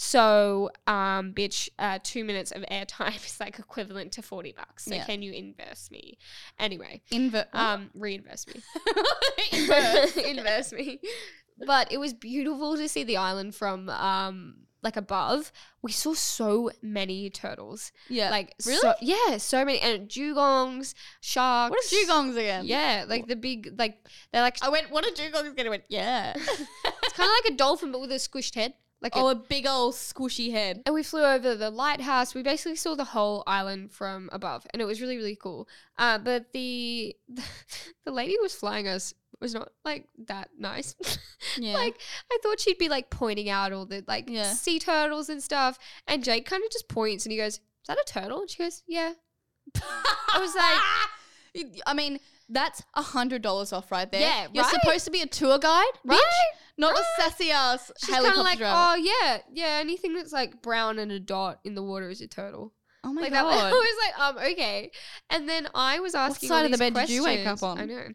S1: so um bitch uh, two minutes of airtime is like equivalent to 40 bucks so
S2: Yeah. Oh.
S1: can you inverse me anyway
S2: Inver-
S1: um reinverse me
S2: Inverse.
S1: inverse me but it was beautiful to see the island from um like above we saw so many turtles
S2: yeah.
S1: like
S2: Uh, Really?
S1: so, yeah, so many and dugongs, sharks.
S2: what are dugongs again?
S1: Yeah, like the big like they're like
S2: I went, what are dugongs again? I went, yeah.
S1: it's kind of like a dolphin but with a squished head. Like a,
S2: oh, a big old squishy head.
S1: and we flew over the lighthouse. We basically saw the whole island from above, and it was really really cool. Uh, but the the lady who was flying us was not like that nice.
S2: Yeah.
S1: like I thought she'd be like pointing out all the like
S2: Yeah.
S1: sea turtles and stuff, and Jake kind of just points and he goes, that a turtle? And she goes, yeah.
S2: I
S1: was like-
S2: I mean, that's a hundred dollars off right there.
S1: Yeah,
S2: you're
S1: right?
S2: supposed to be a tour guide, bitch,
S1: Right?
S2: not
S1: right.
S2: a sassy ass
S1: She's kind of
S2: helicopter
S1: like,
S2: driver.
S1: oh yeah, yeah. Anything that's like brown and a dot in the water is a turtle.
S2: Oh, my
S1: like that. I
S2: god,
S1: was like, um, okay. And then I was asking,
S2: side
S1: all
S2: of the
S1: these
S2: bed did you wake
S1: questions.
S2: up on?
S1: I know.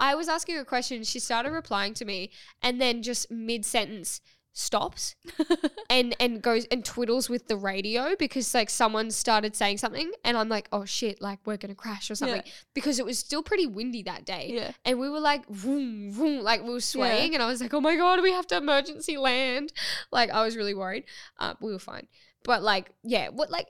S1: I was asking her questions. She started replying to me, and then just mid sentence stops and and goes and twiddles with the radio because like someone started saying something, and I'm like, oh shit, like we're gonna crash or something because it was still pretty windy that day.
S2: yeah.
S1: And we were like, vroom, vroom, like we were swaying. And I was like, oh my God, we have to emergency land. Like, I was really worried. Uh, we were fine. But, like, yeah, what, like,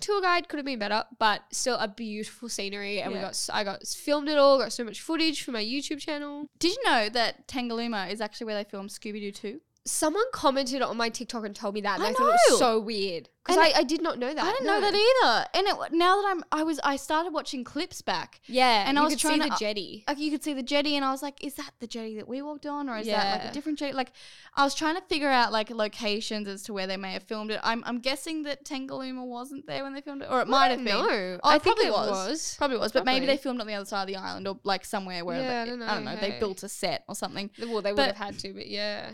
S1: tour guide could have been better, but still a beautiful scenery. And we
S2: Yeah.
S1: got, s- I got s- filmed it all, got so much footage for my YouTube channel.
S2: Did you know that Tangalooma is actually where they filmed Scooby Doo 2?
S1: Someone commented on my TikTok and told me that. And
S2: I
S1: I, thought it
S2: know.
S1: was so weird. Because
S2: And
S1: I, I did not know that.
S2: I didn't
S1: no.
S2: know that either. And it, now that I'm, I was, I started watching clips back.
S1: Yeah.
S2: e-, And
S1: And
S2: I
S1: I
S2: was
S1: could
S2: trying
S1: see
S2: to-
S1: the jetty.
S2: Like you could see the jetty, and I was like, "Is that the jetty that we walked on, or is that like
S1: Yeah.
S2: a different jetty?" Like, I was trying to figure out like locations as to where they may have filmed it. I'm, I'm guessing that Tangalooma wasn't there when they filmed it, or it might have been.
S1: No.
S2: Oh,
S1: I
S2: it
S1: think
S2: probably
S1: it
S2: was.
S1: was.
S2: Probably was, but maybe
S1: Probably.
S2: they filmed on the other side of the island or like somewhere where
S1: Yeah,
S2: they,
S1: I don't know,
S2: They
S1: hey.
S2: built a set or something.
S1: Well, they would
S2: But-
S1: have had to, but yeah.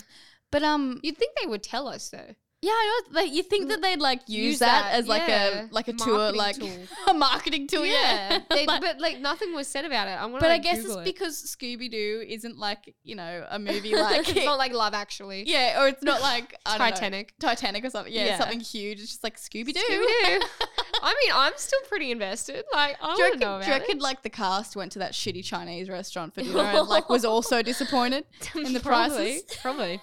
S2: But um,
S1: You'd think they would tell us, though.
S2: yeah, I know. Like, you think that they'd like use,
S1: Use
S2: that,
S1: that,
S2: as like
S1: yeah.
S2: a like a tour,
S1: Marketing
S2: like
S1: tool.
S2: a marketing tool? Yeah,
S1: They,
S2: Like-
S1: but like nothing was said about it. I want to.
S2: But I guess it's because Scooby Doo isn't like you know a movie like
S1: it's not like Love Actually.
S2: yeah, or it's not like I don't know,
S1: Titanic.
S2: Titanic or something. Yeah,
S1: Yeah.
S2: something huge. It's just like Scooby Doo.
S1: Scooby-Doo. I mean, I'm still pretty invested. Like I
S2: Do
S1: want
S2: you
S1: to
S2: reckon,
S1: know
S2: do you
S1: about
S2: reckon
S1: it.
S2: like the cast went to that shitty Chinese restaurant for dinner and like was also disappointed? in the prices?
S1: probably.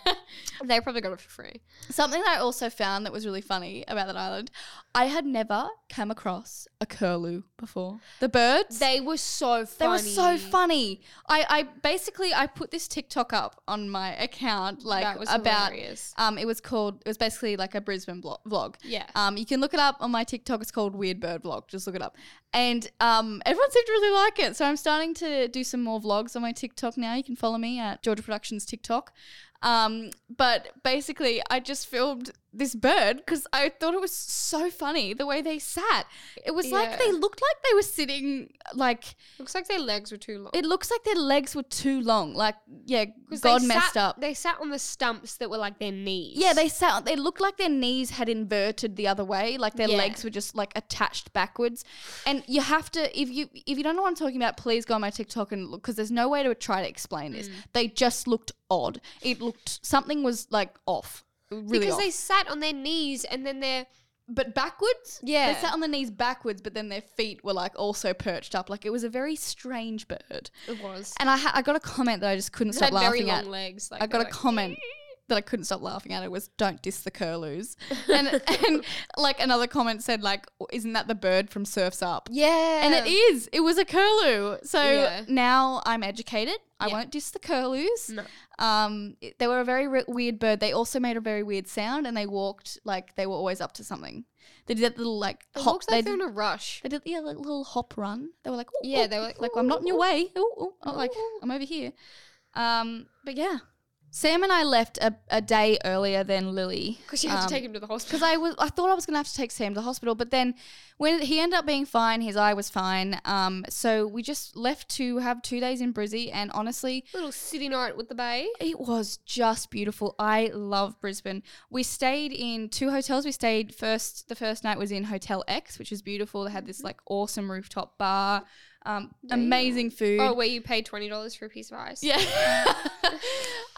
S1: they probably got it for free.
S2: Something that I also found that was really funny about that island, I had never come across a curlew before. The birds.
S1: They were so funny.
S2: They were so funny. I, I basically I put this TikTok up on my account like
S1: that was
S2: about
S1: hilarious.
S2: um it was called it was basically like a Brisbane blo- vlog.
S1: Yeah.
S2: Um you can look it up on my TikTok it's called Weird Bird Vlog. Just look it up. And um everyone seemed to really like it. So I'm starting to do some more vlogs on my TikTok now. You can follow me at Georgia Productions TikTok. Um but basically I just filmed this bird cuz I thought it was so funny the way they sat. It was like
S1: Yeah.
S2: they looked like they were sitting like
S1: Looks like their legs were too long.
S2: it looks like their legs were too long. Like, yeah,
S1: 'Cause they
S2: God
S1: sat-
S2: messed up.
S1: They sat on the stumps that were like their knees.
S2: yeah, they sat. They looked like their knees had inverted the other way. Like their
S1: Yeah.
S2: legs were just like attached backwards. And you have to, if you if you don't know what I'm talking about, please go on my TikTok and look because there's no way to try to explain this. They just looked odd. It looked something was like off, really
S1: because
S2: off.
S1: they sat on their knees and then their
S2: but backwards.
S1: yeah.
S2: They sat on their knees backwards, but then their feet were like also perched up. Like it was a very strange bird.
S1: it was.
S2: And I ha- I got a comment that I just couldn't
S1: They
S2: stop
S1: had very
S2: laughing
S1: long
S2: at.
S1: legs. Like
S2: I
S1: they
S2: got
S1: were
S2: a
S1: like,
S2: comment that I couldn't stop laughing at. It was "Don't diss the curlews," and and like another comment said like, "Isn't that the bird from Surfs Up?"
S1: Yeah.
S2: And it is. It was a curlew. So
S1: Yeah.
S2: now I'm educated. I
S1: Yeah.
S2: won't diss the curlews.
S1: No.
S2: Um, it- they were a very re- weird bird. They also made a very weird sound, and they walked like they were always up to something. They did that little like
S1: It
S2: hop.
S1: looks like
S2: they
S1: they're
S2: did,
S1: in a rush.
S2: they did yeah, like little hop run. They were like, "Ooh,
S1: Yeah,
S2: ooh,
S1: they were
S2: ooh,
S1: like,
S2: like I'm not in your
S1: "Ooh,
S2: way. Ooh, ooh, oh, like
S1: ooh."
S2: I'm over here. Um, but yeah, Sam and I left a, a day earlier than Lily
S1: Because you have
S2: um,
S1: to take him to the hospital.
S2: because I was I thought I was gonna have to take Sam to the hospital, but then when he ended up being fine, his eye was fine. Um, so we just left to have two days in Brizzy, and honestly,
S1: Little city night with the bay.
S2: it was just beautiful. I love Brisbane. We stayed in two hotels. We stayed first. The first night was in Hotel X, which is beautiful. They had this like awesome rooftop bar, um, amazing food.
S1: Oh, where you pay twenty dollars for a piece of ice.
S2: Yeah.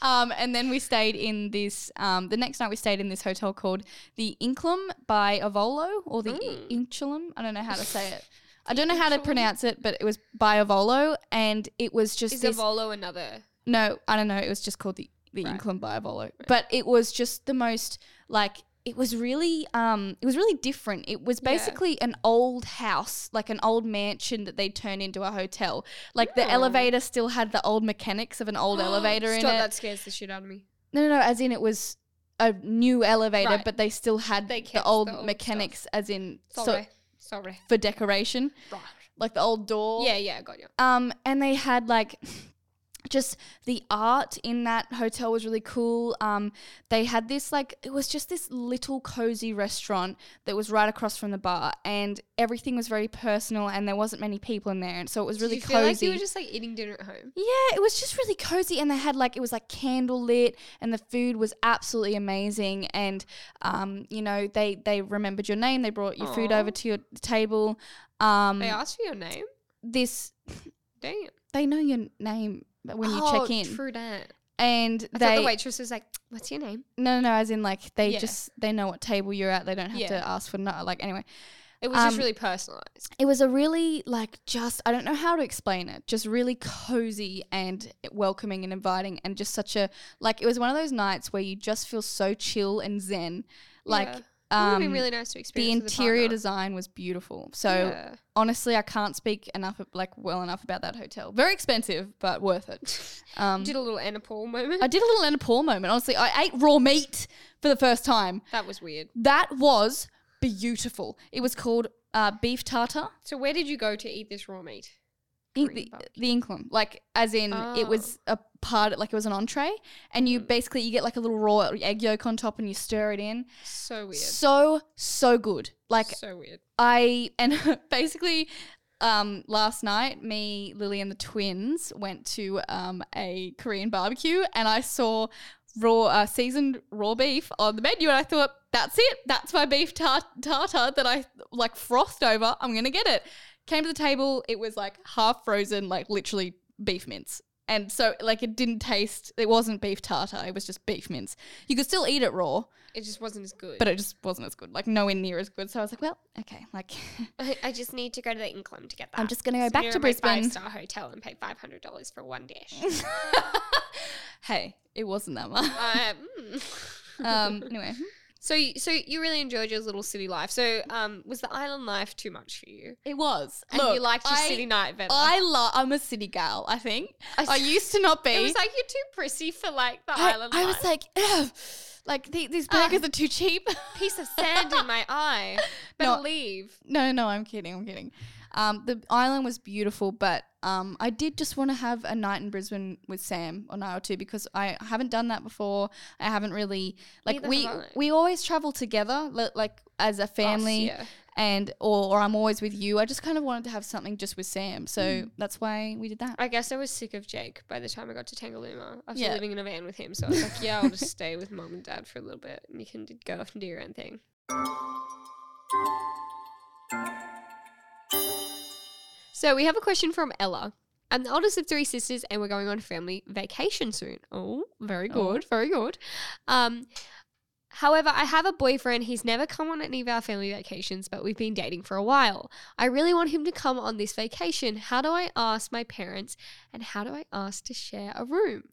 S2: um, and then we stayed in this. Um, the next night we stayed in this hotel called the Inklum by Avolo or the mm. I don't know how to say it. I don't know how to
S1: Inchlum?
S2: pronounce it, but it was by Avolo, and it was just
S1: Is
S2: this.
S1: Avolo another?
S2: no, I don't know. It was just called the the
S1: Right.
S2: Inklum by Avolo, but it was just the most like. It was really, um, it was really different. It was
S1: Yeah.
S2: basically an old house, like an old mansion that they turned into a hotel. Like the
S1: Oh.
S2: elevator still had the old mechanics of an old elevator in
S1: Stop,
S2: it.
S1: That scares the shit out of me.
S2: No, no, no. As in, it was a new elevator,
S1: Right.
S2: but they still had
S1: They
S2: the
S1: kept
S2: old
S1: the old
S2: mechanics, as in, so
S1: Sorry. Sorry.
S2: for decoration,
S1: Right.
S2: like the old door.
S1: Yeah, yeah, got you.
S2: Um, and they had like just the art in that hotel was really cool. Um, they had this like it was just this little cozy restaurant that was right across from the bar, and everything was very personal, and there wasn't many people in there, and so it was
S1: Did
S2: really
S1: you
S2: cozy.
S1: feel like you were just like eating dinner at home?
S2: Yeah, it was just really cozy, and they had like it was like candle lit, and the food was absolutely amazing. And um, you know, they they remembered your name. They brought your food
S1: Aw.
S2: over to your table. Um,
S1: They asked for your name.
S2: this
S1: Damn.
S2: they know your name when you
S1: Oh,
S2: check in,
S1: True that.
S2: and
S1: I thought
S2: they
S1: the waitress was like, "What's your name?"
S2: no no as in like they
S1: Yeah.
S2: just they know what table you're at. They don't have
S1: Yeah.
S2: to ask for no like anyway.
S1: It was
S2: Um,
S1: just really personalized.
S2: it was a really like just I don't know how to explain it, just really cozy and welcoming and inviting and just such a like it was one of those nights where you just feel so chill and zen. Like
S1: yeah. It would have
S2: um,
S1: been really nice to
S2: the
S1: experience. with a
S2: interior
S1: partner.
S2: design was beautiful. So
S1: Yeah.
S2: honestly, I can't speak enough like well enough about that hotel. Very expensive, but worth it. Um,
S1: did a little Anna Paul moment.
S2: I did a little Anna Paul moment. Honestly, I ate raw meat for the first time.
S1: that was weird.
S2: That was beautiful. It was called uh, beef tartar.
S1: So where did you go to eat this raw meat?
S2: In-
S1: Korean
S2: the,
S1: barbecue.
S2: the inclum like as in it was a part like it was an entree and you basically you get like a little raw egg yolk on top and you stir it in
S1: So weird.
S2: so so good like
S1: so weird.
S2: i and basically um last night me lily and the twins went to um a korean barbecue and i saw raw uh, seasoned raw beef on the menu and i thought that's it that's my beef tar- tartar that i like frothed over i'm gonna get it came to the table it was like half frozen like literally beef mince and so like it didn't taste it wasn't beef tartar it was just beef mince you could still eat it raw
S1: It just wasn't as good.
S2: but it just wasn't as good like nowhere near as good so i was like well okay like
S1: I, I just need to go to the Inclum to get that.
S2: i'm just gonna go
S1: So
S2: back
S1: you're
S2: to
S1: at my
S2: brisbane
S1: Five-star hotel and pay five hundred dollars for one dish.
S2: hey it wasn't that much
S1: uh, mm.
S2: um anyway
S1: So, y- so you really enjoyed your little city life. So, um, was the island life too much for you?
S2: it was
S1: And
S2: Look,
S1: you liked your
S2: I-
S1: city night better?
S2: i love i'm a city gal i think
S1: I-
S2: i used to not be
S1: it was like you're too prissy for like the
S2: I,
S1: island
S2: I
S1: life.
S2: was like Ugh, like the,
S1: Ah.
S2: these burgers are too cheap
S1: piece of sand in my eye. But
S2: No.
S1: leave.
S2: No, no, I'm kidding. I'm kidding. Um, the island was beautiful, but um, I did just want to have a night in Brisbane with Sam a night or two because I haven't done that before. I haven't really like
S1: Neither
S2: we
S1: have I.
S2: we always travel together, li- like as a family,
S1: Us, yeah.
S2: and or, or I'm always with you. I just kind of wanted to have something just with Sam, so
S1: Mm.
S2: that's why we did that.
S1: I guess I was sick of Jake by the time I got to Tangaluma after
S2: Yeah.
S1: living in a van with him. So I was like, yeah, I'll just stay with mum and dad for a little bit, and you can d- go off and do your own thing. So we have a question from Ella. I'm the oldest of three sisters, and we're going on family vacation soon. Oh, very good, very good. Um, however, I have a boyfriend. He's never come on any of our family vacations, but we've been dating for a while. I really want him to come on this vacation. How do I ask my parents, and how do I ask to share a room?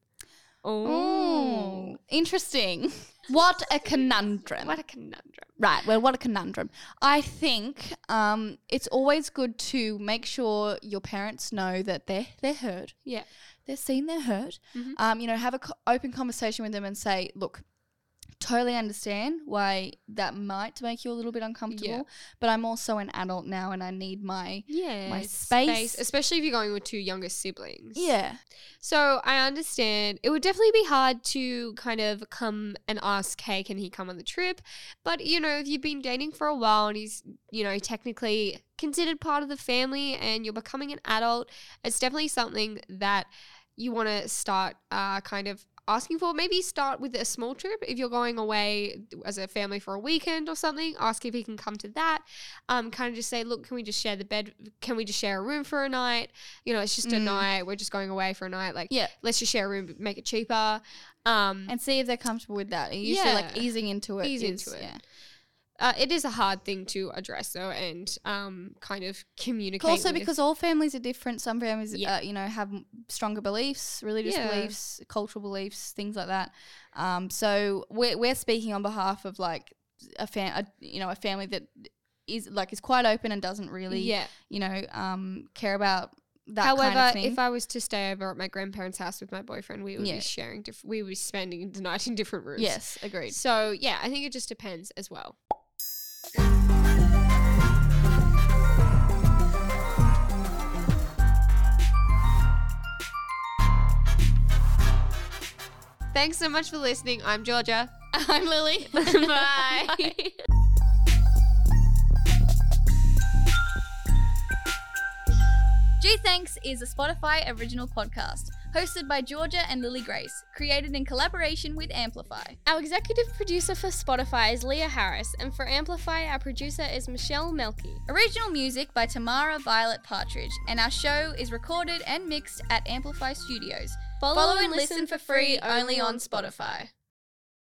S1: Oh,
S2: Ooh, Mm. interesting. What a conundrum.
S1: what a conundrum!
S2: Right. Well, what a conundrum. I think um, it's always good to make sure your parents know that they're they're heard.
S1: Yeah.
S2: They're seen. They're heard.
S1: Mhm.
S2: Um, you know, have an co- open conversation with them and say, look. Totally understand why that might make you a little bit uncomfortable, but I'm also an adult now and I need my
S1: Yeah,
S2: space.
S1: especially if you're going with two younger siblings.
S2: yeah
S1: So I understand it would definitely be hard to kind of come and ask, hey, can he come on the trip? But you know, if you've been dating for a while and he's, you know, technically considered part of the family and you're becoming an adult, it's definitely something that you want to start uh, kind of asking for. Maybe start with a small trip if you're going away as a family for a weekend or something. Ask if he can come to that. Um, kind of just say, look, can we just share the bed? Can we just share a room for a night? You know, it's just a
S2: Mm.
S1: night. We're just going away for a night. Like,
S2: yeah
S1: let's just share a room, make it cheaper. Um,
S2: and see if they're comfortable with that. And usually, like
S1: Yeah.
S2: easing into it,
S1: Ease
S2: is-
S1: into it.
S2: Yeah.
S1: uh, it is a hard thing to address though, and um, kind of communicate.
S2: also
S1: with.
S2: because all families are different some families
S1: Yeah.
S2: uh, you know have m- stronger beliefs religious
S1: Yeah.
S2: beliefs cultural beliefs things like that um, so we're, we're speaking on behalf of like a fam a, you know a family that is like is quite open and doesn't really
S1: yeah.
S2: you know um, care about that
S1: However,
S2: kind of thing
S1: if I was to stay over at my grandparents' house with my boyfriend, we would
S2: Yeah.
S1: be sharing. Diff- we would be spending the night in different rooms.
S2: yes agreed
S1: So yeah, I think it just depends as well.
S4: Thanks so much for listening. I'm Georgia.
S2: I'm Lily.
S4: Bye.
S2: G Thanks is a Spotify original podcast hosted by Georgia and Lily Grace, created in collaboration with Amplify.
S1: Our executive producer for Spotify is Leah Harris, and for Amplify, our producer is Michelle Melky.
S2: Original music by Tamara Violet Partridge, and our show is recorded and mixed at Amplify Studios. Follow, and listen, for free only on Spotify.